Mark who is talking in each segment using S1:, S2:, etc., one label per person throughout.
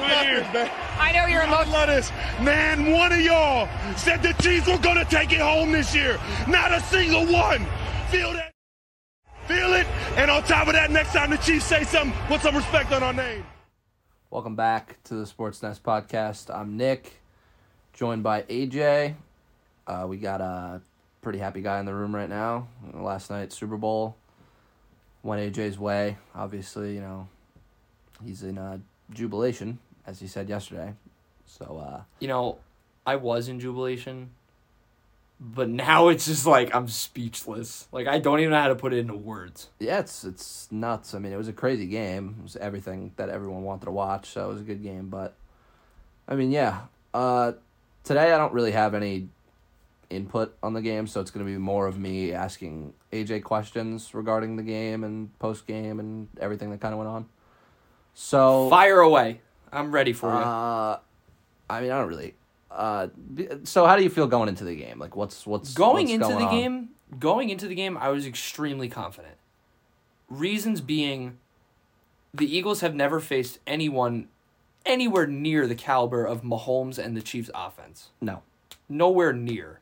S1: man.
S2: I know you're
S1: Y'all
S2: emotional.
S1: let us, man. One of y'all said the Chiefs were gonna take it home this year. Not a single one. Feel that? Feel it? And on top of that, next time the Chiefs say something, put some respect on our name.
S3: Welcome back to the Sports Nest podcast. I'm Nick, joined by AJ. Uh, we got a pretty happy guy in the room right now. Last night Super Bowl went AJ's way. Obviously, you know he's in uh, jubilation, as he said yesterday. So uh,
S4: you know, I was in jubilation, but now it's just like I'm speechless. Like I don't even know how to put it into words.
S3: yeah, it's it's nuts. I mean, it was a crazy game. It was everything that everyone wanted to watch. So it was a good game, but I mean, yeah. Uh, today I don't really have any input on the game, so it's gonna be more of me asking AJ questions regarding the game and post game and everything that kind of went on. So
S4: Fire away. I'm ready for you.
S3: uh, I mean, I don't really. Uh, b- so how do you feel going into the game? Like, what's what's
S4: Going
S3: what's
S4: into
S3: going
S4: the
S3: on?
S4: game, going into the game, I was extremely confident. Reasons being the Eagles have never faced anyone anywhere near the caliber of Mahomes and the Chiefs offense.
S3: No.
S4: Nowhere near.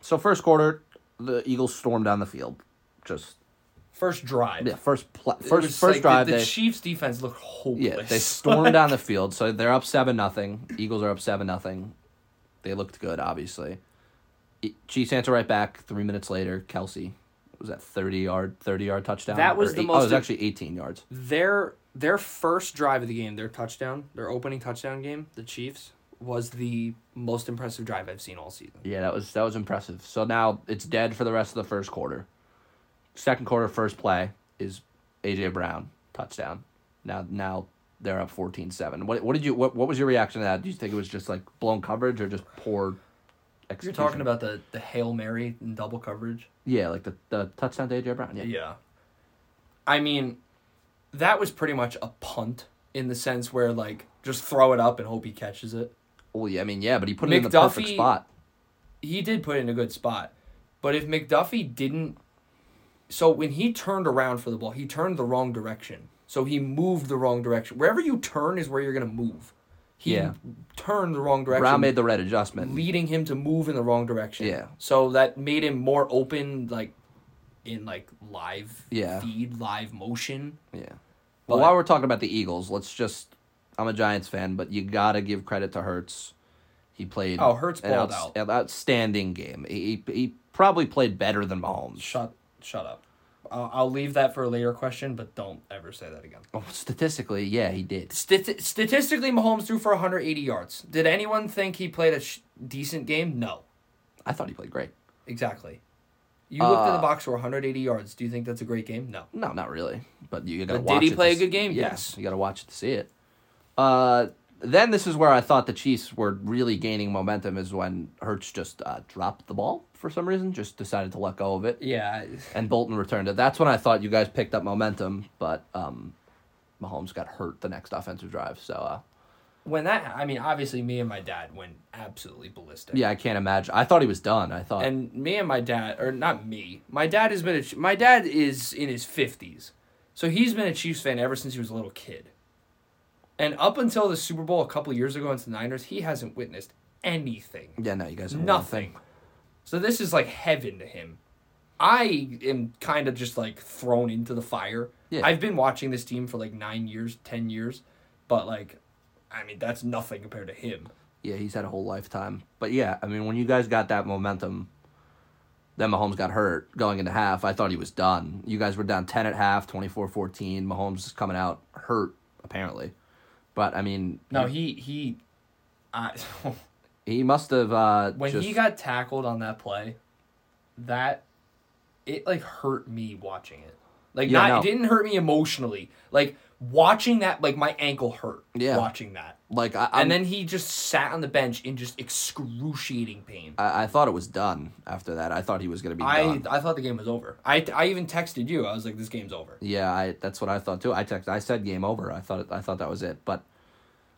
S3: So first quarter, the Eagles stormed down the field, just
S4: First drive.
S3: Yeah, first pl-
S4: It
S3: first
S4: was
S3: first
S4: like
S3: drive.
S4: the, the
S3: they
S4: Chiefs defense looked hopeless.
S3: yeah they stormed down the field, so they're up seven nothing. Eagles are up seven nothing. They looked good, obviously. E- Chiefs answer right back. Three minutes later, Kelsey was that thirty yard thirty yard touchdown.
S4: That
S3: Or
S4: was the
S3: eight- Oh, it
S4: most
S3: was
S4: im-
S3: actually eighteen yards.
S4: their their first drive of the game, their touchdown, their opening touchdown game, the Chiefs was the most impressive drive I've seen all season.
S3: Yeah, that was that was impressive. So now it's dead for the rest of the first quarter. Second quarter, first play is AJ Brown touchdown. Now now they're up 14-7. What what did you what, what was your reaction to that? Do you think it was just like blown coverage or just poor
S4: You're
S3: execution?
S4: talking about the the Hail Mary and double coverage.
S3: yeah, like the, the touchdown to AJ Brown. Yeah.
S4: Yeah. I mean, that was pretty much a punt in the sense where like just throw it up and hope he catches it.
S3: Well, yeah, I mean, yeah, but he put it in the perfect
S4: McDuffie-
S3: spot.
S4: he did put it in a good spot. But if McDuffie didn't so when he turned around for the ball, he turned the wrong direction. So he moved the wrong direction. Wherever you turn is where you're gonna move. He
S3: Yeah.
S4: turned the wrong direction.
S3: Brown made the right adjustment.
S4: leading him to move in the wrong direction.
S3: Yeah.
S4: So that made him more open like in like live
S3: Yeah.
S4: feed, live motion.
S3: Yeah. Well,
S4: But-
S3: while we're talking about the Eagles, let's just. I'm a Giants fan, but you gotta give credit to Hertz. He played.
S4: Oh, Hurts
S3: an
S4: balled out.
S3: an outstanding game. He, he he probably played better than Mahomes.
S4: Shut shut up. I'll, I'll leave that for a later question, but don't ever say that again.
S3: Oh, statistically, yeah, he did.
S4: Stati- statistically, Mahomes threw for 180 yards. Did anyone think he played a sh- decent game? No.
S3: I thought he played great.
S4: Exactly. You looked at the box score, 180 yards. Do you think that's a great game? No.
S3: No, not really. But you gotta
S4: But did
S3: watch.
S4: he
S3: it to
S4: play a
S3: s-
S4: good game?
S3: yeah,
S4: Yes.
S3: You gotta watch it to see it. Uh, then this is where I thought the Chiefs were really gaining momentum. Is when Hertz just uh, dropped the ball for some reason, just decided to let go of it.
S4: Yeah.
S3: and Bolton returned it. That's when I thought you guys picked up momentum, but um, Mahomes got hurt the next offensive drive. So uh,
S4: When that, I mean, obviously, me and my dad went absolutely ballistic.
S3: yeah, I can't imagine. I thought he was done. I thought
S4: And me and my dad, or not me, my dad has been a, Ch- my dad is in his 50s. So he's been a Chiefs fan ever since he was a little kid. And up until the Super Bowl a couple years ago against the Niners, he hasn't witnessed anything.
S3: yeah, no, you guys didn't win.
S4: nothing. So this is like heaven to him. I am kind of just like thrown into the fire.
S3: Yeah.
S4: I've been watching this team for like nine years, ten years, but like, I mean, that's nothing compared to him.
S3: Yeah, he's had a whole lifetime. But yeah, I mean, when you guys got that momentum, then Mahomes got hurt going into half. I thought he was done. You guys were down 10 at half, 24-14. Mahomes is coming out hurt apparently. But I mean,
S4: No, he he, I,
S3: he must have uh
S4: when
S3: just,
S4: he got tackled on that play, that it like hurt me watching it. Like
S3: Yeah,
S4: not it
S3: no.
S4: didn't hurt me emotionally. Like watching that, like my ankle hurt.
S3: Yeah.
S4: watching that.
S3: like I, I'm-
S4: and then he just sat on the bench in just excruciating pain.
S3: I, I thought it was done after that. I thought he was going to be done.
S4: I, I thought the game was over. I, I even texted you. I was like, this game's over.
S3: Yeah, I that's what I thought too. I text I said game over. I thought I thought that was it. But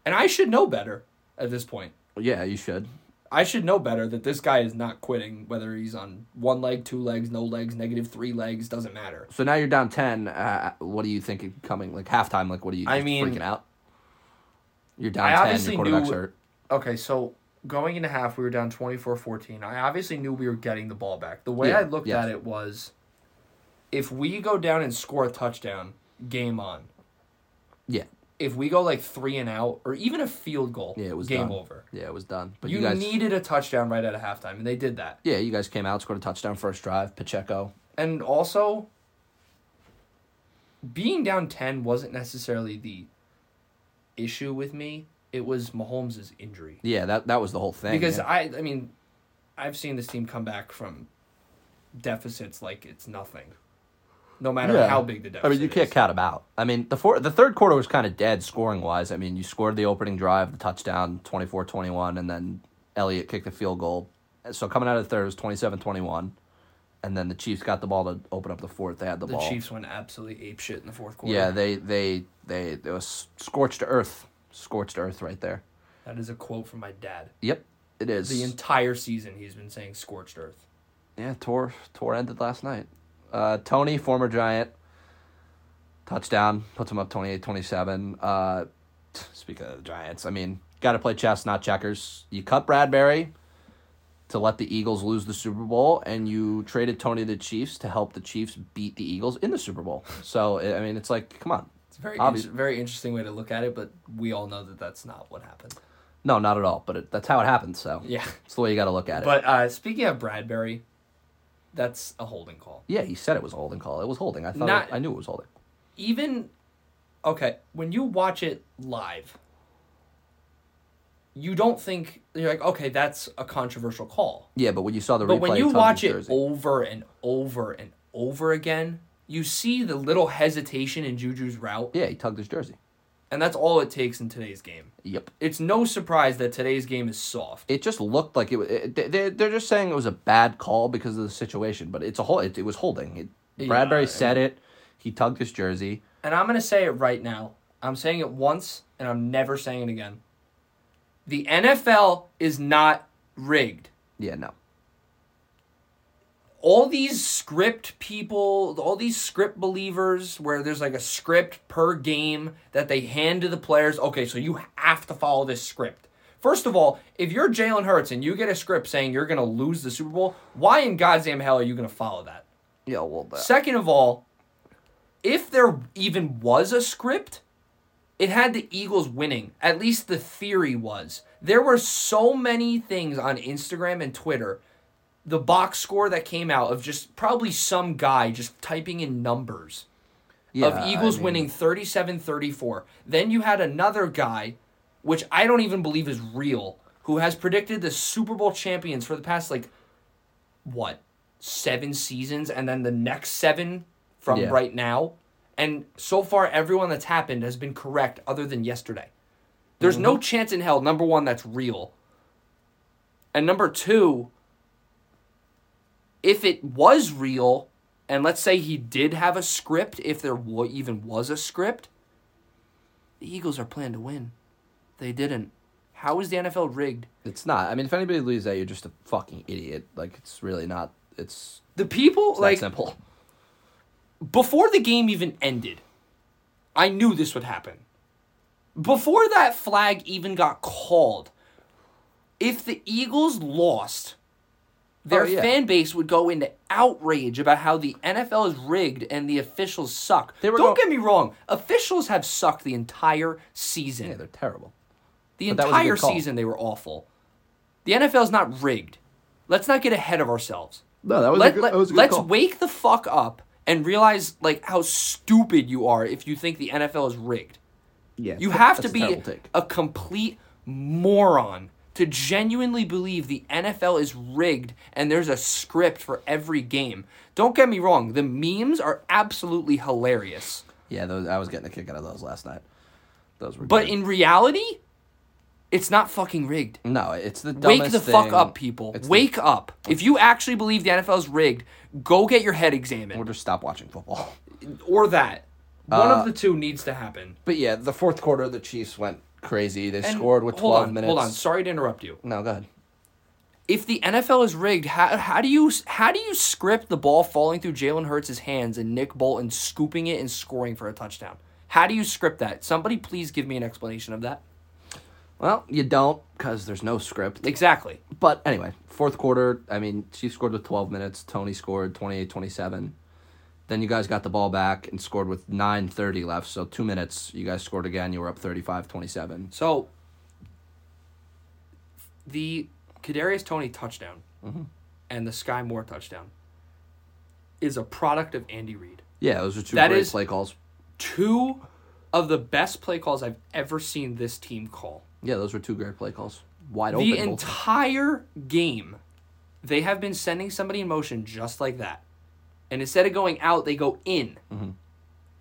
S4: And I should know better at this point.
S3: yeah, you should.
S4: I should know better that this guy is not quitting, whether he's on one leg, two legs, no legs, negative three legs, doesn't matter.
S3: So now you're down 10. Uh, what do you think coming like halftime like what are you
S4: I
S3: just
S4: mean-
S3: freaking out? You're
S4: I
S3: down ten.
S4: obviously
S3: Your quarterback's
S4: knew-
S3: hurt.
S4: Okay, so going into half, we were down 24 14. I obviously knew we were getting the ball back. The way
S3: Yeah,
S4: I looked
S3: yes.
S4: at it was if we go down and score a touchdown, game on.
S3: Yeah,
S4: If we go like three and out, or even a field goal,
S3: yeah, it was
S4: game
S3: done.
S4: over.
S3: Yeah, it was done. But
S4: You,
S3: you, guys,
S4: needed a touchdown right out of halftime, and they did that.
S3: yeah, you guys came out, scored a touchdown first drive. Pacheco.
S4: And also, being down 10 wasn't necessarily the issue with me, it was Mahomes' injury.
S3: Yeah, that that was the whole thing.
S4: because
S3: yeah.
S4: I I mean, I've seen this team come back from deficits like it's nothing, no matter
S3: Yeah.
S4: how big the
S3: I
S4: deficit.
S3: mean, you can't
S4: is.
S3: count them out. I mean, the four, the third quarter was kind of dead scoring wise. I mean, you scored the opening drive, the touchdown, 24-21, and then Elliott kicked the field goal. So coming out of the third, it was 27-21, and then the Chiefs got the ball to open up the fourth. They had the,
S4: The
S3: ball.
S4: Chiefs went absolutely ape shit in the fourth quarter.
S3: Yeah, they they they it was scorched earth, scorched earth right there.
S4: that is a quote from my dad.
S3: Yep, it is.
S4: The entire season he's been saying scorched earth.
S3: Yeah, tour tour ended last night. Uh, Tony, former Giant, touchdown puts him up 28-27. Uh, t- speaking of the Giants, I mean, got to play chess, not checkers. You cut Bradbury to let the Eagles lose the Super Bowl, and you traded Tony to the Chiefs to help the Chiefs beat the Eagles in the Super Bowl. So I I mean, it's like, come on.
S4: It's a very
S3: Obvious-
S4: inter- very interesting way to look at it, but we all know that that's not what happened.
S3: No, not at all. But it, that's how it happens. So
S4: Yeah.
S3: it's the way you got to look at it.
S4: But uh, speaking of Bradbury, that's a holding call.
S3: yeah, he said it was a holding call. It was holding. I thought
S4: Not-
S3: it- I knew it was holding.
S4: even okay when you watch it live you don't think you're like okay that's a controversial call
S3: Yeah, but when you saw the replay,
S4: but when you
S3: Tony's
S4: watch it
S3: jersey-
S4: over and over and over again you see the little hesitation in juju's route
S3: yeah, he tugged his jersey.
S4: and that's all it takes in today's game
S3: Yep.
S4: it's no surprise that today's game is soft
S3: It just looked like it. wa- It, they- they, they're just saying it was a bad call because of the situation, but it's a whole. It, it was holding. It, Bradbury
S4: I
S3: said it. He tugged his jersey.
S4: and i'm going to say it right now i'm saying it once and i'm never saying it again the nfl is not rigged
S3: Yeah, no.
S4: all these script people, all these script believers, where there's like a script per game that they hand to the players. Okay, so you have to follow this script. First of all, if you're Jalen Hurts and you get a script saying you're going to lose the Super Bowl, why in God's damn hell are you going to follow that?
S3: Yeah, well, the,
S4: Second of all, if there even was a script, it had the Eagles winning. At least the theory was. There were so many things on Instagram and Twitter. The box score that came out of just probably some guy just typing in numbers
S3: yeah,
S4: of Eagles
S3: I mean,
S4: winning 37 34. Then you had another guy, which I don't even believe is real, who has predicted the Super Bowl champions for the past, like, what, seven seasons, and then the next seven from
S3: Yeah.
S4: right now. And so far, everyone that's happened has been correct other than yesterday. There's no chance in hell, number one, that's real. And number two, if it was real, and let's say he did have a script, if there wa- even was a script, the Eagles are planned to win. They didn't. How is the NFL rigged?
S3: It's not. I mean, if anybody believes that, you're just a fucking idiot. Like, it's really not. It's
S4: The people,
S3: like
S4: like,
S3: simple.
S4: before the game even ended, I knew this would happen. Before that flag even got called, if the Eagles lost, their
S3: Oh, yeah.
S4: fan base would go into outrage about how the NFL is rigged and the officials suck.
S3: They were
S4: Don't
S3: go-
S4: get me wrong, officials have sucked the entire season.
S3: Yeah, they're terrible.
S4: The
S3: But that was a good
S4: entire
S3: call.
S4: season they were awful. The NFL's not rigged. Let's not get ahead of ourselves.
S3: No, that was a
S4: Let,
S3: good-
S4: let,
S3: that was a good
S4: let's
S3: call.
S4: wake the fuck up and realize like how stupid you are if you think the NFL is rigged.
S3: Yeah,
S4: You have to
S3: that's a
S4: be
S3: terrible take.
S4: a complete moron to genuinely believe the NFL is rigged and there's a script for every game. Don't get me wrong, the memes are absolutely hilarious.
S3: yeah, those, I was getting a kick out of those last night. Those were.
S4: But
S3: good.
S4: in reality, it's not fucking rigged.
S3: no, it's the dumbest
S4: Wake the fuck
S3: thing.
S4: up, people.
S3: It's the-
S4: Wake up. If you actually believe the NFL is rigged, go get your head examined.
S3: or just stop watching football.
S4: Or that. One
S3: Uh,
S4: of the two needs to happen.
S3: But yeah, the fourth quarter, the Chiefs went crazy. They scored with
S4: hold
S3: twelve
S4: on,
S3: minutes.
S4: Hold on. Sorry to interrupt you.
S3: No, go ahead.
S4: If the NFL is rigged, how, how do you how do you script the ball falling through Jalen Hurts' hands and Nick Bolton scooping it and scoring for a touchdown? How do you script that? Somebody please give me an explanation of that.
S3: Well, you don't because there's no script.
S4: Exactly.
S3: But anyway, fourth quarter, I mean, Chiefs scored with 12 minutes. Tony scored 28 27. Then you guys got the ball back and scored with 9.30 left. So two minutes, you guys scored again. You were up 35 27.
S4: So the Kadarius Tony touchdown
S3: Mm-hmm.
S4: and the Sky Moore touchdown is a product of Andy Reid.
S3: Yeah, those are two
S4: That
S3: great
S4: is-
S3: play calls.
S4: Two of the best play calls I've ever seen this team call.
S3: Yeah, those were two great play calls. Wide open.
S4: the
S3: both-
S4: entire game, they have been sending somebody in motion just like that. And instead of going out, they go in.
S3: Mm-hmm.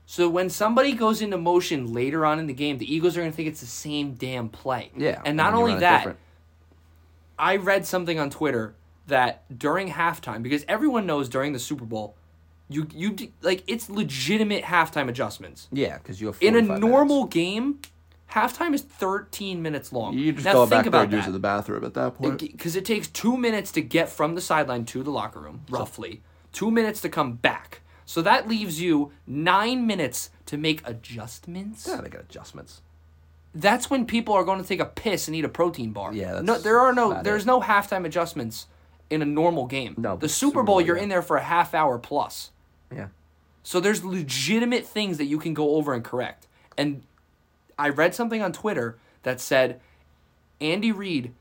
S4: So when somebody goes into motion later on in the game, the Eagles are going to think it's the same damn play.
S3: yeah.
S4: And not
S3: you
S4: only
S3: run it
S4: that,
S3: different.
S4: I read something on Twitter that during halftime, because everyone knows during the Super Bowl, you you d- like it's legitimate halftime adjustments.
S3: Yeah, because you have
S4: In a
S3: 45
S4: normal game, halftime is 13 minutes long.
S3: minutes. You just
S4: now
S3: go
S4: think
S3: back there
S4: about
S3: and use
S4: that.
S3: the bathroom at that point.
S4: Because it takes two minutes to get from the sideline to the locker room, roughly. Two minutes to come back. So that leaves you nine minutes to make adjustments.
S3: Yeah, they got adjustments.
S4: That's when people are going to take a piss and eat a protein bar.
S3: Yeah, that's-
S4: no, there are no
S3: that's
S4: there's no halftime adjustments in a normal game.
S3: No,
S4: the
S3: but
S4: Super
S3: Super
S4: Bowl
S3: Bowl,
S4: you're
S3: yeah.
S4: in there for a half hour plus.
S3: Yeah.
S4: So there's legitimate things that you can go over and correct. And I read something on Twitter that said Andy Reid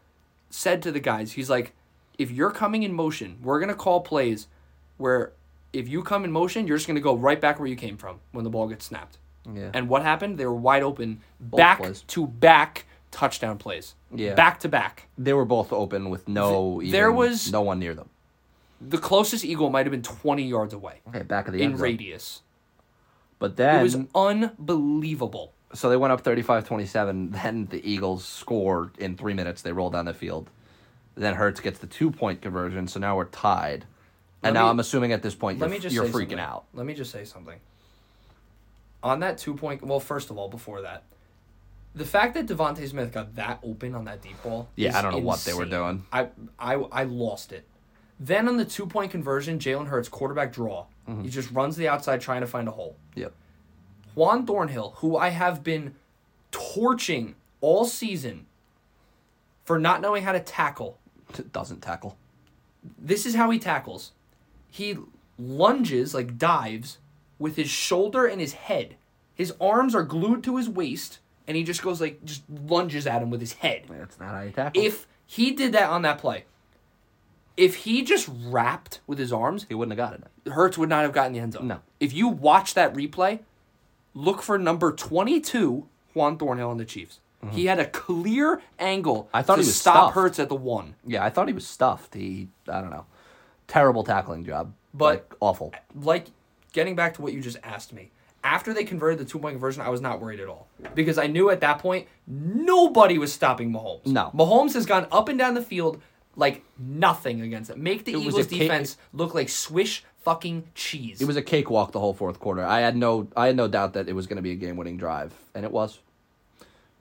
S4: said to the guys, he's like, if you're coming in motion, we're gonna call plays where if you come in motion, you're just gonna go right back where you came from when the ball gets snapped.
S3: Yeah.
S4: And what happened? They were wide open, back
S3: plays.
S4: to back touchdown plays.
S3: Yeah.
S4: Back to back.
S3: They were both open with no even,
S4: there was-
S3: no one near them.
S4: The closest eagle might have been 20 yards away
S3: Okay, back of the
S4: in
S3: end zone.
S4: radius.
S3: But
S4: It
S3: then
S4: was unbelievable.
S3: so they went up 35-27, then the Eagles scored in 3 minutes. They rolled down the field. Then Hertz gets the two-point conversion, so now we're tied. And now
S4: me-
S3: I'm assuming at this point you're,
S4: Let me just
S3: you're freaking
S4: say something.
S3: out.
S4: Let me just say something. On that two point, well, first of all, before that, the fact that Devonte Smith got that open on that deep ball,
S3: Yeah,
S4: is
S3: I don't know what they were
S4: insane.
S3: doing.
S4: I I I lost it. Then on the two point conversion, Jalen Hurts quarterback draw.
S3: Mm-hmm.
S4: He just runs to the outside trying to find a hole.
S3: Yep.
S4: Juan Thornhill, who I have been torching all season for not knowing how to tackle.
S3: T- doesn't tackle.
S4: This is how he tackles. He lunges, like dives, with his shoulder and his head. His arms are glued to his waist, and he just goes like, just lunges at him with his head.
S3: That's not how you tackle.
S4: If he did that on that play, if he just wrapped with his arms,
S3: he wouldn't have gotten it.
S4: Hertz would not have gotten the end zone.
S3: No.
S4: If you watch that replay, look for number 22, Juan Thornhill on the Chiefs. He had a clear angle
S3: Mm-hmm. I thought
S4: to
S3: he was
S4: stop
S3: stuffed.
S4: Hertz at the one.
S3: Yeah, I thought he was stuffed. He, I don't know, terrible tackling job,
S4: But-
S3: like, awful.
S4: Like, getting back to what you just asked me, after they converted the two point conversion, I was not worried at all because I knew at that point nobody was stopping Mahomes.
S3: No.
S4: Mahomes has gone up and down the field like nothing against it. Make the
S3: was
S4: Eagles
S3: a ca-
S4: defense look like swish fucking cheese.
S3: It was a cakewalk the whole fourth quarter. I had no, I had no doubt that it was going to be a game-winning drive, and it was.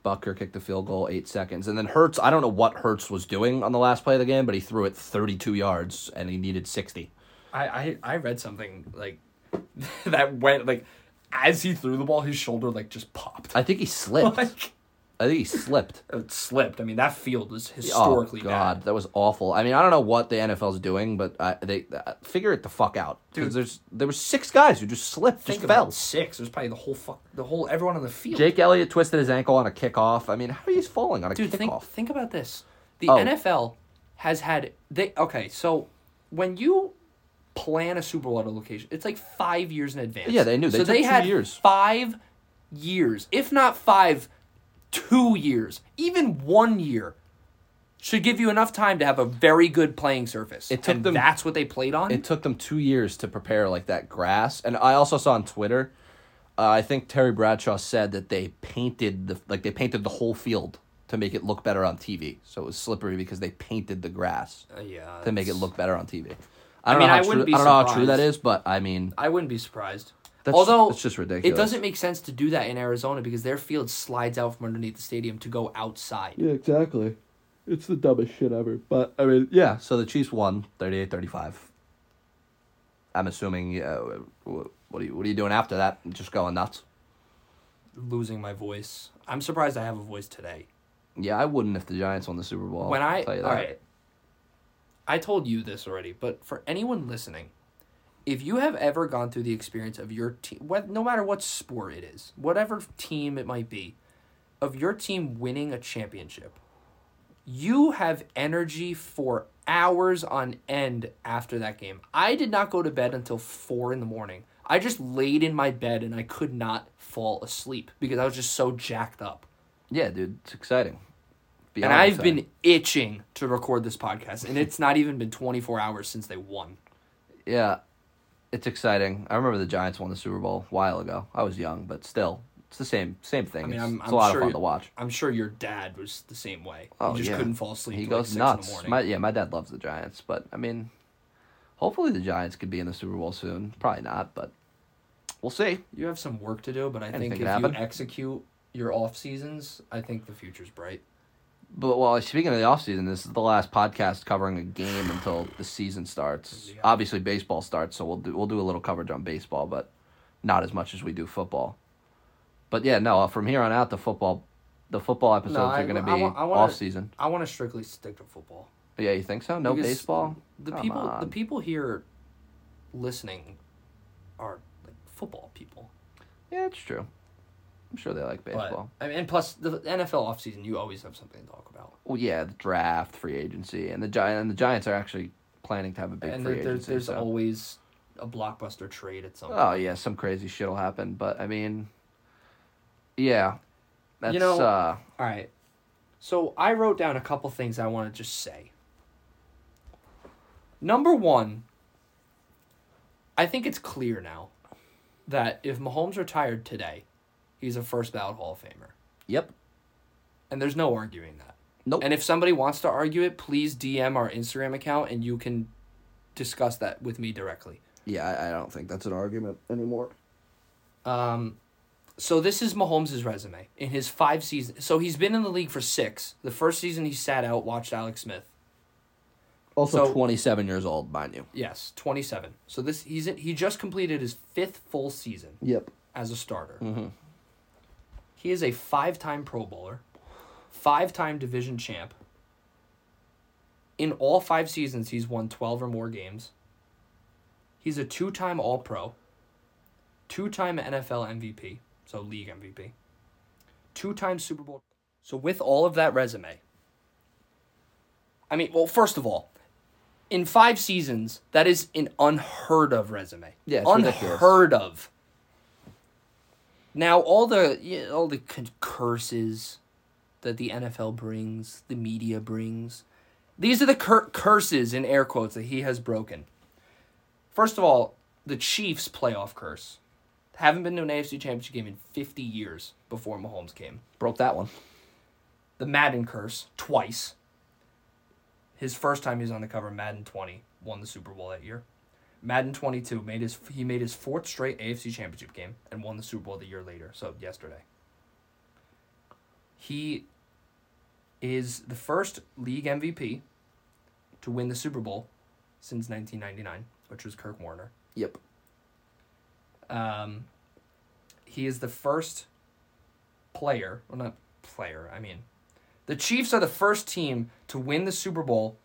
S3: Bucker kicked the field goal eight seconds, and then Hertz. I don't know what Hertz was doing on the last play of the game, but he threw it thirty-two yards, and he needed sixty.
S4: I, I I read something like that went like as he threw the ball, his shoulder like just popped.
S3: I think he slipped.
S4: Like
S3: I think he slipped.
S4: it slipped. I mean, that field was historically
S3: oh God,
S4: bad.
S3: that was awful. I mean, I don't know what the NFL's doing, but I, they uh, figure it the fuck out. Because there's there were six guys who just slipped,
S4: Think
S3: just
S4: about
S3: fell.
S4: six. There's probably the whole fuck, the whole everyone on the field.
S3: Jake Elliott twisted his ankle on a kickoff. I mean, how are you falling on a
S4: Dude, think
S3: kickoff?
S4: think about this. The
S3: Oh.
S4: NFL has had they okay. So when you plan a Super Bowl at a location, it's like five years in advance.
S3: Yeah, they knew. They
S4: so
S3: took
S4: they
S3: two
S4: had
S3: years.
S4: five years, if not five, two years, even one year. Should give you enough time to have a very good playing surface.
S3: It took
S4: and
S3: them-
S4: That's what they played on.
S3: It took them two years to prepare like that grass. And I also saw on Twitter, uh, I think Terry Bradshaw said that they painted the like they painted the whole field to make it look better on TV. So it was slippery because they painted the grass
S4: yeah.
S3: to make it look better on TV. I don't
S4: mean,
S3: know
S4: I
S3: how
S4: wouldn't
S3: true,
S4: be
S3: I don't know how true that
S4: surprised.
S3: is, but I mean,
S4: I wouldn't be surprised.
S3: That's-
S4: Although
S3: that's just
S4: It
S3: ridiculous.
S4: doesn't make sense to do that in Arizona because their field slides out from underneath the stadium to go outside.
S3: Yeah, exactly. It's the dumbest shit ever. But, I mean, yeah, so the Chiefs won 38 35. I'm assuming, uh, wh- what, are you, what are you doing after that? Just going nuts?
S4: Losing my voice. I'm surprised I have a voice today.
S3: Yeah, I wouldn't if the Giants won the Super Bowl.
S4: when
S3: Oh, I'll
S4: I
S3: tell you
S4: all
S3: that.
S4: right, I told you this already, but for anyone listening, if you have ever gone through the experience of your team, no matter what sport it is, whatever team it might be, of your team winning a championship, you have energy for hours on end after that game. I did not go to bed until four in the morning. I just laid in my bed and I could not fall asleep because I was just so jacked up
S3: Yeah, dude, it's exciting.
S4: and I've been itching to record this podcast, and it's not even been 24 hours since they won.
S3: been yeah, it's exciting. I remember the Giants won the Super Bowl a while ago. I was young, but still, it's the same same thing.
S4: I mean,
S3: it's,
S4: I'm,
S3: it's
S4: I'm
S3: a lot
S4: sure
S3: of fun
S4: you-
S3: to watch.
S4: I'm sure your dad was the same way.
S3: Oh
S4: he just
S3: yeah.
S4: couldn't fall asleep.
S3: He
S4: till, like,
S3: goes
S4: six In the
S3: nuts.
S4: morning.
S3: My yeah, my dad loves the Giants, but I mean, hopefully the Giants could be in the Super Bowl soon. Probably not, but we'll see.
S4: you have some work to do, but I think
S3: Anything
S4: if
S3: can
S4: you
S3: happen.
S4: execute your off seasons, I think the future's bright.
S3: But well, speaking of the offseason, this is the last podcast covering a game until the season starts.
S4: Yeah.
S3: Obviously, baseball starts, so we'll do we'll do a little coverage on baseball, but not as much as we do football. But yeah, no, uh, from here on out, the football, the football episodes
S4: I-
S3: are going to be
S4: I wa- I wanna-
S3: off season.
S4: I want to strictly stick to football.
S3: Yeah, you think so? No
S4: Because
S3: baseball.
S4: The
S3: Come
S4: people, the
S3: on.
S4: people here, listening, are like football people.
S3: yeah, it's true. I'm sure they like baseball.
S4: But I mean, and plus the NFL offseason, you always have something to talk about.
S3: Well, yeah, the draft, free agency, and the Giants and the Giants are actually planning to have a big
S4: and
S3: free
S4: there, there's,
S3: agency.
S4: there's
S3: so-
S4: always a blockbuster trade at some
S3: Oh yeah, some crazy shit will happen, but I mean, yeah, that's
S4: know-
S3: uh,
S4: all right so i wrote down a couple things i want to just say number one i think it's clear now that if mahomes retired today he's a first ballot hall of famer
S3: yep,
S4: and there's no arguing that
S3: nope,
S4: and if somebody wants to argue it please dm our instagram account and you can discuss that with me directly
S3: yeah, I, I don't think that's an argument anymore.
S4: Um, so this is Mahomes' resume in his five seasons. So he's been in the league for six. The first season he sat out, watched Alex Smith.
S3: Also,
S4: So-
S3: twenty-seven years old, mind you.
S4: Yes, twenty seven. So this he's he just completed his fifth full season
S3: Yep.
S4: as a starter. He is a five time Pro Bowler, five time division champ. In all five seasons, he's won 12 or more games. He's a two time All Pro, two time NFL MVP, so league MVP, two time Super Bowl. So, with all of that resume, I mean, well, first of all, in five seasons, that is an unheard of resume.
S3: Yeah, it's ridiculous.
S4: unheard of. Now, all the yeah, all the con- curses that the NFL brings, the media brings, these are the cur- curses in air quotes that he has broken. First of all, the Chiefs playoff curse. Haven't been to an AFC championship game in 50 years before Mahomes came.
S3: Broke that one.
S4: The Madden curse, twice. His first time he was on the cover, Madden 20, won the Super Bowl that year. Madden 22 made his he made his fourth straight AFC championship game and won the Super Bowl the year later, so yesterday. He is the first league MVP to win the Super Bowl since 1999, which was Kirk Warner.
S3: Yep.
S4: Um, he is the first player, well, not player, I mean, the Chiefs are the first team to win the Super Bowl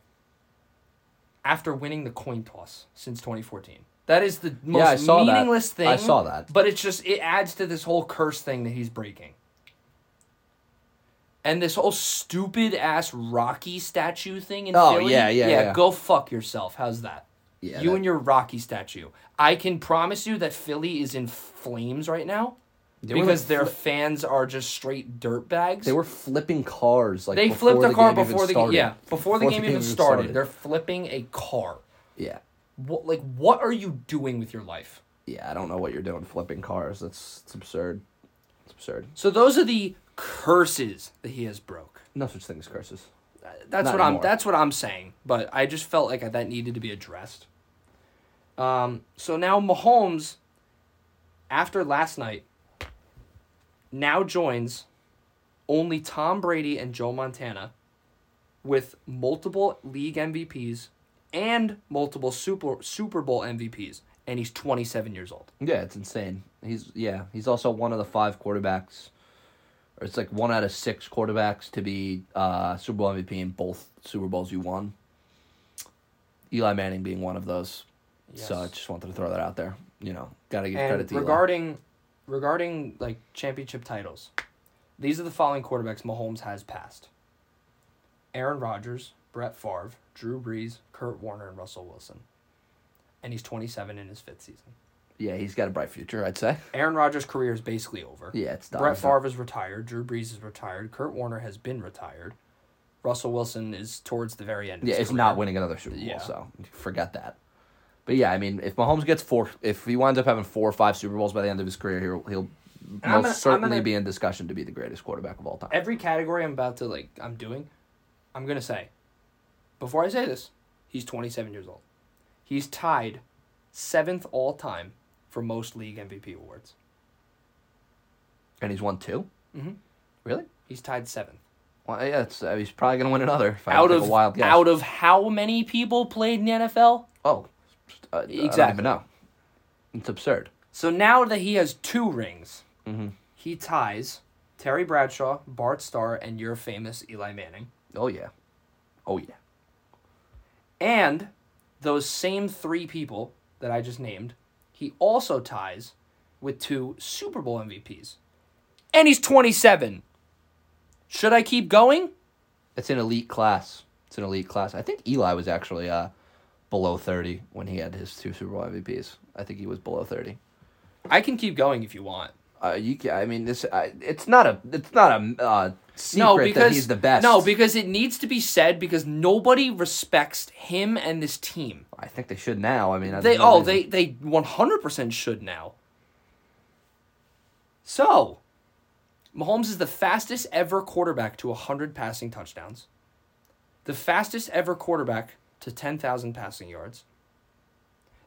S4: after winning the coin toss since 2014. That is the most
S3: I saw that.
S4: meaningless thing.
S3: I saw that.
S4: But it's just, it adds to this whole curse thing that he's breaking. And this whole stupid ass Rocky statue thing in
S3: Oh,
S4: Philly.
S3: yeah, yeah, yeah.
S4: Go fuck yourself. How's that?
S3: Yeah,
S4: You
S3: that-
S4: and your Rocky statue. I can promise you that Philly is in flames right now
S3: were,
S4: because
S3: like,
S4: their
S3: fli-
S4: fans are just straight dirtbags.
S3: They were flipping cars like
S4: They
S3: before
S4: flipped a
S3: the
S4: car
S3: game even
S4: before the
S3: started.
S4: yeah before, the, game, even started. They're flipping a car.
S3: Yeah,
S4: What like what are you doing with your life?
S3: yeah. I don't know what you're doing flipping cars. That's it's absurd. It's absurd.
S4: So those are the curses that he has broke.
S3: No such thing as curses.
S4: That's
S3: Not
S4: what I'm.
S3: anymore.
S4: That's what I'm saying. But I just felt like that needed to be addressed. Um. So now Mahomes, after last night, now joins only Tom Brady and Joe Montana with multiple league MVPs and multiple Super Super Bowl MVPs, and he's 27 years old.
S3: Yeah, it's insane. He's yeah, he's also one of the five quarterbacks or it's like one out of six quarterbacks to be uh, Super Bowl MVP in both Super Bowls you won. Eli Manning being one of those. So I
S4: Yes.
S3: just wanted to throw that out there. You know, gotta give credit
S4: And
S3: to Eli.
S4: regarding regarding like championship titles, these are the following quarterbacks Mahomes has passed: Aaron Rodgers, Brett Favre, Drew Brees, Kurt Warner, and Russell Wilson. And he's 27 in his fifth season.
S3: yeah, he's got a bright future, I'd say.
S4: Aaron Rodgers' career is basically over.
S3: Yeah, it's done.
S4: Brett Favre is retired. Drew Brees is retired. Kurt Warner has been retired. Russell Wilson is towards the very end. Of
S3: Yeah, it's
S4: his
S3: not
S4: career.
S3: winning another Super Bowl,
S4: Yeah.
S3: so forget that. But yeah, I mean, if Mahomes gets four, if he winds up having four or five Super Bowls by the end of his career, he'll, he'll most
S4: I'm gonna- I'm
S3: certainly
S4: gonna-
S3: be in discussion to be the greatest quarterback of all time.
S4: every category I'm about to like I'm doing, I'm gonna say, before I say this, he's 27 years old. He's tied seventh all time for most league MVP awards.
S3: And he's won 2 Mm-hmm. Really?
S4: He's tied seventh.
S3: Well, yeah, it's, uh, he's probably gonna win another. If I
S4: Out
S3: take
S4: of
S3: a wild guess.
S4: out of how many people played in the NFL?
S3: oh, uh, I don't
S4: Exactly.
S3: even know. It's absurd.
S4: So now that he has two rings,
S3: Mm-hmm.
S4: he ties Terry Bradshaw, Bart Starr, and your famous Eli Manning.
S3: Oh yeah, oh yeah.
S4: And those same three people that I just named, he also ties with two Super Bowl MVPs. And he's 27. Should I keep going?
S3: It's an elite class. It's an elite class. I think Eli was actually uh, below thirty when he had his two Super Bowl MVPs. I think he was below thirty.
S4: I can keep going if you want.
S3: Uh, you ca I mean, this. I, it's not a. It's not a uh, secret
S4: no, because
S3: that he's the best.
S4: No, because it needs to be said because nobody respects him and this team.
S3: I think they should now. I mean, I-
S4: They
S3: there's no
S4: oh,
S3: reason-
S4: they they 100% should now. So, Mahomes is the fastest ever quarterback to 100 passing touchdowns. The fastest ever quarterback to 10,000 passing yards.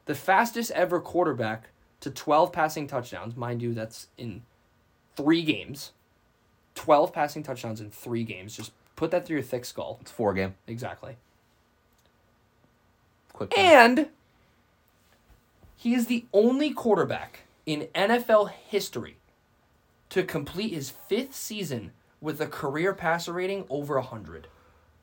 S4: The fastest ever quarterback to 12 passing touchdowns, mind you that's in 3 games. 12 passing touchdowns in 3 games. Just put that through your thick skull.
S3: It's four game.
S4: Exactly.
S3: Quick.
S4: And he is the only quarterback in NFL history to complete his fifth season with a career passer rating over 100.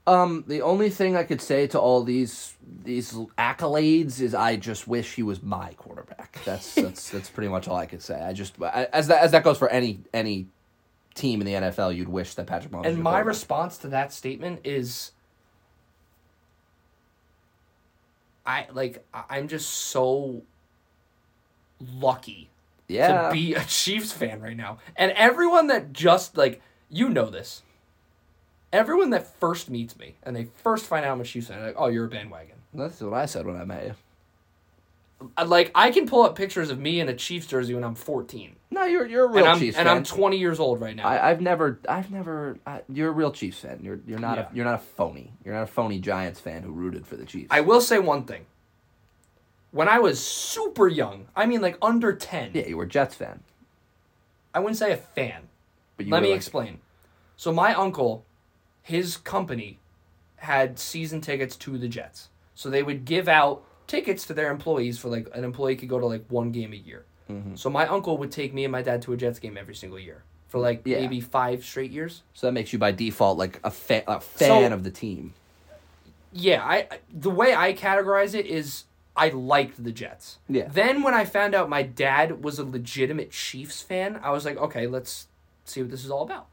S3: Um, the only thing I could say to all these these accolades is I just wish he was my quarterback. That's that's that's pretty much all I could say. I just I, as that as that goes for any any team in the NFL, you'd wish that Patrick Mahomes. was
S4: And
S3: your
S4: my
S3: quarterback.
S4: response to that statement is I like I- I'm just so lucky
S3: yeah,
S4: to be a Chiefs fan right now. And everyone that just like you know this. Everyone that first meets me and they first find out I'm a Chiefs fan, they're like, oh, you're a bandwagon.
S3: that's what I said when I met you.
S4: I- Like I can pull up pictures of me in a Chiefs jersey when I'm 14,
S3: No, you're you're a real
S4: and I'm
S3: Chiefs
S4: and
S3: fan.
S4: I'm 20 years old right now.
S3: I, I've never, I've never. I, you're a real Chiefs fan. You're you're not
S4: Yeah.
S3: a you're not a phony. You're not a phony Giants fan who rooted for the Chiefs.
S4: I will say one thing. When I was super young, I mean like under 10,
S3: yeah, you were a Jets fan,
S4: I wouldn't say a fan.
S3: but you
S4: Let
S3: were
S4: me
S3: like-
S4: explain. So my uncle, his company, had season tickets to the Jets. So they would give out tickets to their employees for like an employee could go to like one game a year.
S3: Mm-hmm.
S4: So my uncle would take me and my dad to a Jets game every single year for like
S3: Yeah.
S4: maybe five straight years.
S3: So that makes you by default like a, fa- a fan of the team.
S4: Yeah, I I- the way I categorize it is I liked the Jets.
S3: Yeah.
S4: Then when I found out my dad was a legitimate Chiefs fan, I was like, okay, let's see what this is all about.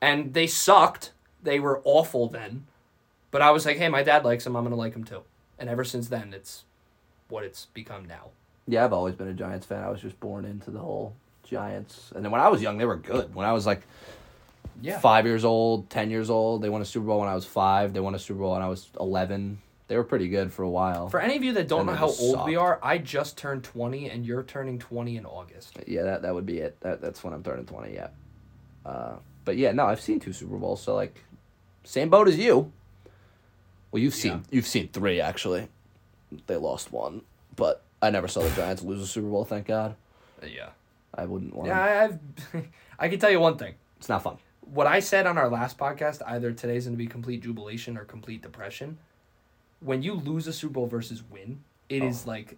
S4: And they sucked. They were awful then. But I was like, hey, my dad likes them. I'm going to like them too. And ever since then, it's what it's become now.
S3: Yeah, I've always been a Giants fan. I was just born into the whole Giants. And then when I was young, they were good. When I was like
S4: Yeah.
S3: five years old, ten years old, they won a Super Bowl when I was five. They won a Super Bowl when I was eleven. They were pretty good for a while.
S4: For any of you that don't
S3: And
S4: know
S3: they
S4: how old
S3: just sucked.
S4: we are, I just turned 20 and you're turning 20 in August.
S3: yeah, that, that would be it. That, that's when I'm turning twenty. Yeah. Uh, but yeah, no, I've seen two Super Bowls. So like, same boat as you. Well, you've seen you've seen three actually. They lost one, but I never saw the Giants lose a Super Bowl. Thank God.
S4: Yeah.
S3: I wouldn't want.
S4: Yeah,
S3: Yeah,
S4: I, I've, I can tell you one thing.
S3: it's not fun.
S4: what I said on our last podcast, either today's going to be complete jubilation or complete depression. When you lose a Super Bowl versus win, it is like
S3: Oh.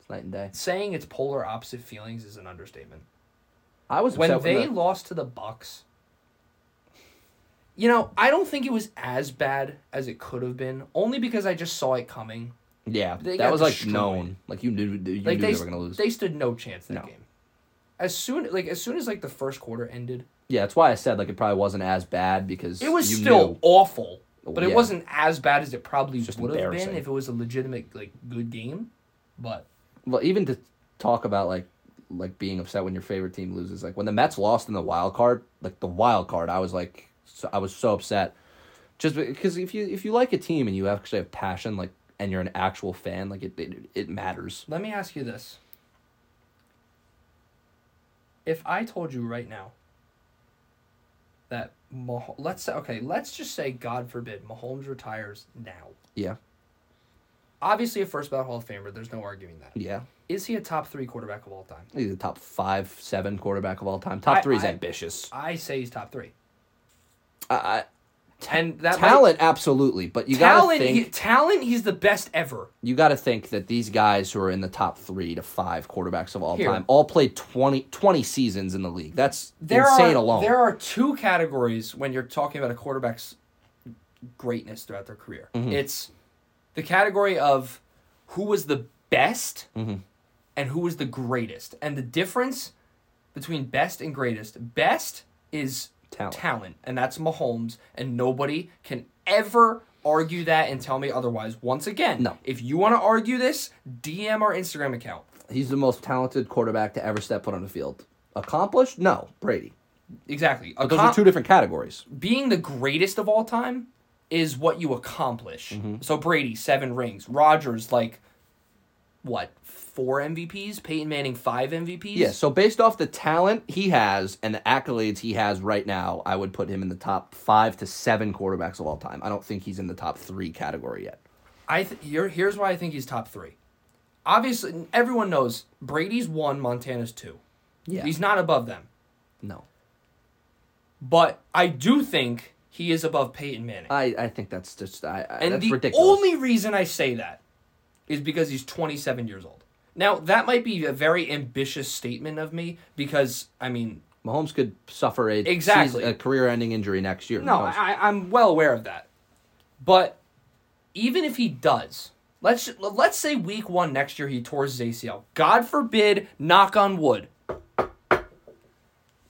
S3: It's night and day.
S4: saying it's polar opposite feelings is an understatement.
S3: I was
S4: when
S3: upset when
S4: they
S3: the-
S4: lost to the Bucks. You know, I don't think it was as bad as it could have been, only because I just saw it coming.
S3: yeah,
S4: they
S3: that
S4: got
S3: was like
S4: destroyed.
S3: known. Like you knew, you
S4: Like
S3: knew
S4: they,
S3: they were gonna lose.
S4: they stood no chance in that
S3: No.
S4: game. As soon like as soon as like the first quarter ended,
S3: yeah, that's why I said like it probably wasn't as bad because
S4: it was
S3: you
S4: still
S3: knew. Oh,
S4: awful, but it
S3: Yeah.
S4: wasn't as bad as it probably
S3: just
S4: would have been
S3: embarrassing.
S4: if it was a legitimate like good game. But
S3: well, even to talk about like like being upset when your favorite team loses. Like when the Mets lost in the wild card, like the wild card, I was like, so, I was so upset. Just because if you if you like a team and you actually have passion, like and you're an actual fan, like it it, it matters.
S4: let me ask you this: If I told you right now that Mah- let's say okay, let's just say God forbid Mahomes retires now.
S3: Yeah,
S4: Obviously, a first ballot Hall of Famer. There's no arguing that.
S3: yeah.
S4: Is he a top three quarterback of all time?
S3: He's a top five, seven quarterback of all time. Top
S4: I-
S3: three is
S4: I-
S3: ambitious.
S4: I say he's top three.
S3: I, I,
S4: And that might-
S3: talent, absolutely, but you gotta
S4: talent,
S3: think
S4: he- talent. He's the best ever.
S3: you got to think that these guys who are in the top three to five quarterbacks of all
S4: Here.
S3: time all played 20, 20 seasons in the league. That's
S4: there
S3: insane
S4: are,
S3: alone.
S4: There are two categories when you're talking about a quarterback's greatness throughout their career.
S3: Mm-hmm.
S4: It's the category of who was the best
S3: Mm-hmm.
S4: and who was the greatest. And the difference between best and greatest, best is
S3: Talent.
S4: and that's Mahomes, and nobody can ever argue that and tell me otherwise. Once again,
S3: No.
S4: if you want to argue this, DM our Instagram account.
S3: He's the most talented quarterback to ever step foot on the field. Accomplished? No, Brady.
S4: Exactly.
S3: Those are two different categories.
S4: being the greatest of all time is what you accomplish.
S3: Mm-hmm.
S4: So Brady, seven rings. Rogers, like what, four MVPs? Peyton Manning, five MVPs.
S3: Yeah, so based off the talent he has and the accolades he has right now, I would put him in the top five to seven quarterbacks of all time. I don't think he's in the top three category yet.
S4: I th- here, here's why I think he's top three. Obviously, everyone knows Brady's one, Montana's two.
S3: Yeah.
S4: He's not above them,
S3: No.
S4: but I do think he is above Peyton Manning.
S3: I, I think that's just I, I
S4: and
S3: that's
S4: the
S3: ridiculous.
S4: only reason I say that is because he's 27 years old. Now that might be a very ambitious statement of me because I mean
S3: Mahomes could suffer a
S4: Exactly.
S3: season- a career-ending injury next year.
S4: No,
S3: Who knows?
S4: I, I- I'm well aware of that. But even if he does, let's let's say week one next year he tours his ACL. God forbid, knock on wood.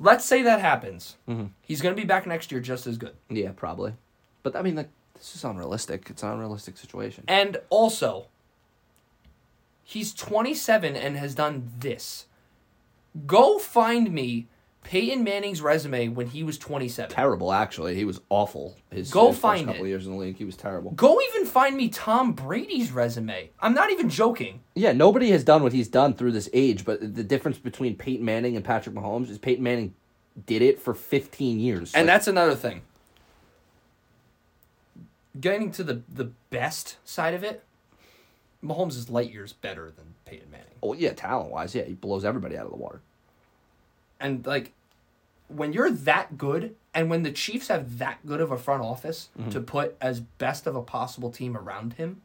S4: Let's say that happens.
S3: Mm-hmm.
S4: He's going to be back next year just as good.
S3: Yeah, probably. But I mean, like, this is unrealistic. It's an unrealistic situation.
S4: And also, he's 27 and has done this. Go find me Peyton Manning's resume when he was 27.
S3: terrible, actually. He was awful. His,
S4: Go
S3: his
S4: find
S3: first couple
S4: it.
S3: years in the league, he was terrible.
S4: Go even find me Tom Brady's resume. I'm not even joking.
S3: Yeah, nobody has done what he's done through this age. But the difference between Peyton Manning and Patrick Mahomes is Peyton Manning did it for 15 years.
S4: And
S3: Like,
S4: that's another thing. Getting to the the best side of it, Mahomes is light years better than Peyton Manning.
S3: oh yeah, talent wise, yeah, he blows everybody out of the water.
S4: And like when you're that good and when the Chiefs have that good of a front office
S3: Mm-hmm.
S4: to put as best of a possible team around him,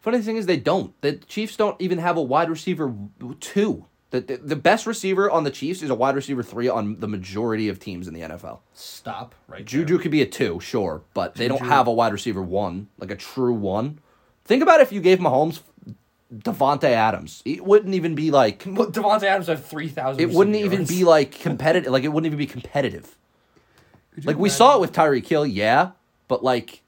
S3: Funny thing is, they don't. The Chiefs don't even have a wide receiver w- two. The, the, the best receiver on the Chiefs is a wide receiver three on the majority of teams in the NFL.
S4: stop right there.
S3: Juju could be a two, sure, but they don't have a wide receiver one, like a true one. Think about if you gave Mahomes Devonte Adams, it wouldn't even be like
S4: Well, Devontae Adams had 3,000.
S3: it wouldn't
S4: receiving
S3: even
S4: yards.
S3: be like competitive. Like it wouldn't even be competitive.
S4: Could you
S3: Like we
S4: imagine?
S3: saw it with Tyreek Hill, yeah, but like,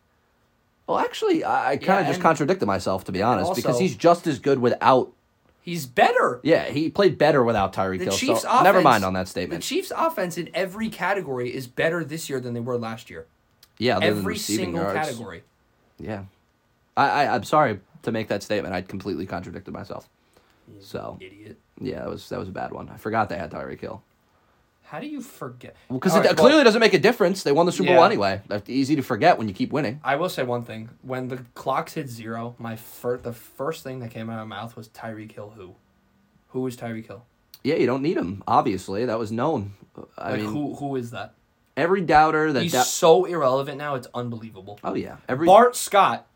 S3: well, actually, I, I kind
S4: Yeah,
S3: of just
S4: and-
S3: contradicted myself to be honest because
S4: also-
S3: he's just as good without.
S4: He's better.
S3: Yeah, he played better without Tyreek
S4: The
S3: Hill.
S4: Chiefs
S3: so
S4: offense,
S3: never mind on that
S4: The
S3: statement.
S4: Chiefs offense in every category is better this year than they were last year.
S3: yeah, other than
S4: every
S3: receiving
S4: single
S3: yards.
S4: category.
S3: Yeah. I, I I'm sorry to make that statement. I completely contradicted myself. So
S4: Idiot.
S3: yeah, that was that was a bad one. I forgot they had Tyreek Hill
S4: How do you forget?
S3: because it
S4: All right, well,
S3: clearly doesn't make a difference. They won the Super
S4: Yeah.
S3: Bowl anyway. That's easy to forget when you keep winning.
S4: I will say one thing. When the clocks hit zero, my fir- the first thing that came out of my mouth was Tyreek Hill. Who? Who is Tyreek Hill?
S3: Yeah, you don't need him. Obviously, that was known. I
S4: Like
S3: mean,
S4: who? Who is that?
S3: every doubter that
S4: He's
S3: dou-
S4: so irrelevant now. It's unbelievable.
S3: oh yeah, every
S4: Bart Scott,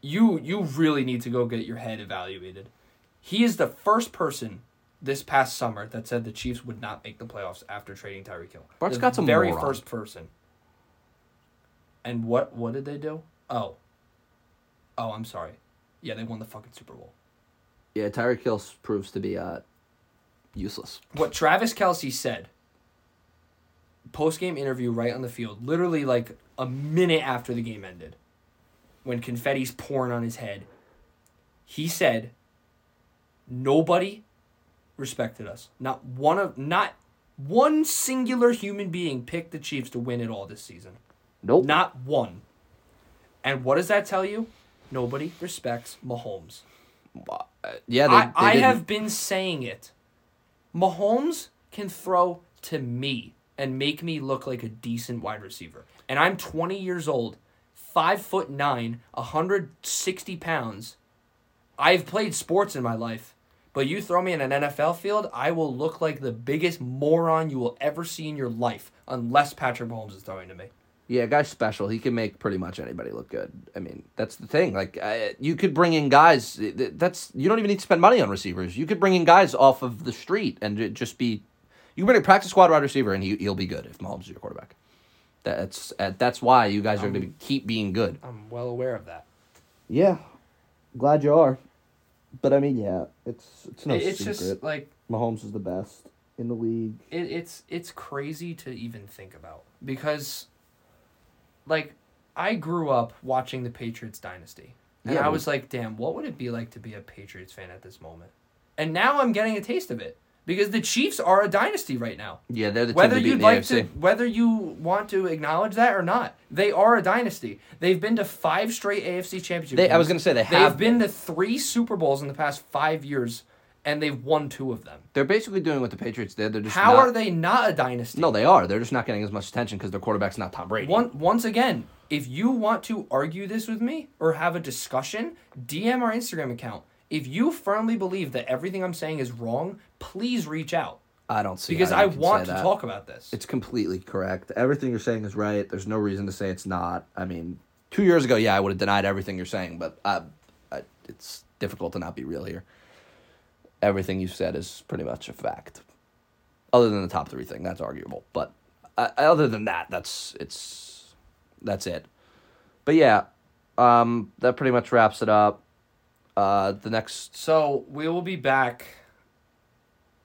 S4: you you really need to go get your head evaluated. He is the first person this past summer that said the Chiefs would not make the playoffs after trading Tyreek Hill.
S3: Bart's
S4: the
S3: got some
S4: very
S3: moron.
S4: first person. And what what did they do? Oh. Oh, I'm sorry. Yeah, they won the fucking Super Bowl.
S3: Yeah, Tyreek Hill s- proves to be uh, useless.
S4: what Travis Kelsey said post game interview right on the field, literally like a minute after the game ended, when confetti's pouring on his head, he said, Nobody respected us. Not one of not one singular human being picked the Chiefs to win it all this season.
S3: Nope.
S4: Not one. And what does that tell you? Nobody respects Mahomes.
S3: yeah, they,
S4: I,
S3: they
S4: I
S3: didn't-
S4: have been saying it. Mahomes can throw to me and make me look like a decent wide receiver. And I'm 20 years old, five foot nine, 160 pounds. I've played sports in my life, but you throw me in an NFL field, I will look like the biggest moron you will ever see in your life, unless Patrick Mahomes is throwing to me.
S3: Yeah, guy's special. He can make pretty much anybody look good. I mean, that's the thing. Like, I, you could bring in guys. th- th- That's you don't even need to spend money on receivers. You could bring in guys off of the street and ju- just be. You can bring a practice squad wide receiver, and he he'll be good if Mahomes is your quarterback. That's uh, that's why you guys are going to keep being good.
S4: I'm well aware of that.
S3: Yeah, glad you are. But I mean, yeah, it's it's
S4: It- it's just like
S3: Mahomes is the best in the league.
S4: it, it's it's crazy to even think about because like I grew up watching the Patriots dynasty. And
S3: Yeah,
S4: I
S3: but-
S4: was like, damn, what would it be like to be a Patriots fan at this moment? And now I'm getting a taste of it because the Chiefs are a dynasty right now.
S3: Yeah, they're the team
S4: Whether
S3: to beat in
S4: you'd
S3: the
S4: like
S3: AFC.
S4: to whether you want to acknowledge that or not, they are a dynasty. They've been to 5 straight AFC championships.
S3: They- I was gonna say they have
S4: been to 3 Super Bowls in the past 5 years and they've won 2 of them.
S3: They're basically doing what the Patriots did. They're just
S4: How
S3: not-
S4: are they not a dynasty?
S3: No, they are. They're just not getting as much attention because their quarterback's not Tom Brady.
S4: One, once again, if you want to argue this with me or have a discussion, DM our Instagram account. If you firmly believe that everything I'm saying is wrong, please reach out
S3: I don't see
S4: because
S3: how
S4: I
S3: you can
S4: want
S3: say
S4: to
S3: that.
S4: talk about this.
S3: It's completely correct. Everything you're saying is right. There's no reason to say it's not. I mean, two years ago, yeah, I would have denied everything you're saying, but I, I, it's difficult to not be real here. Everything you said is pretty much a fact, other than the top three thing. That's arguable, but uh, other than that, that's it's that's it. But yeah, um, that pretty much wraps it up. Uh, the next
S4: so we will be back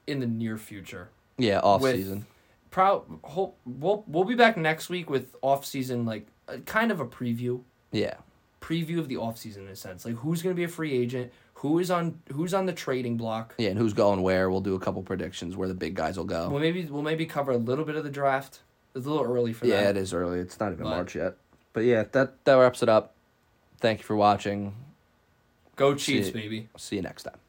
S4: in the near future.
S3: yeah off
S4: With-
S3: season.
S4: Pro- ho- we'll, we'll be back next week with off season, like a, kind of a preview.
S3: Yeah.
S4: Preview of the off season in a sense. Like who's gonna be a free agent, who is on who's on the trading block.
S3: Yeah, and who's going where? We'll do a couple predictions where the big guys will go.
S4: Well, maybe we'll maybe cover a little bit of the draft. It's a little early for
S3: yeah,
S4: that.
S3: it is early. It's not even
S4: But-
S3: March yet. But yeah, that that wraps it up. Thank you for watching.
S4: Go Chiefs,
S3: Shit.
S4: baby.
S3: See you next time.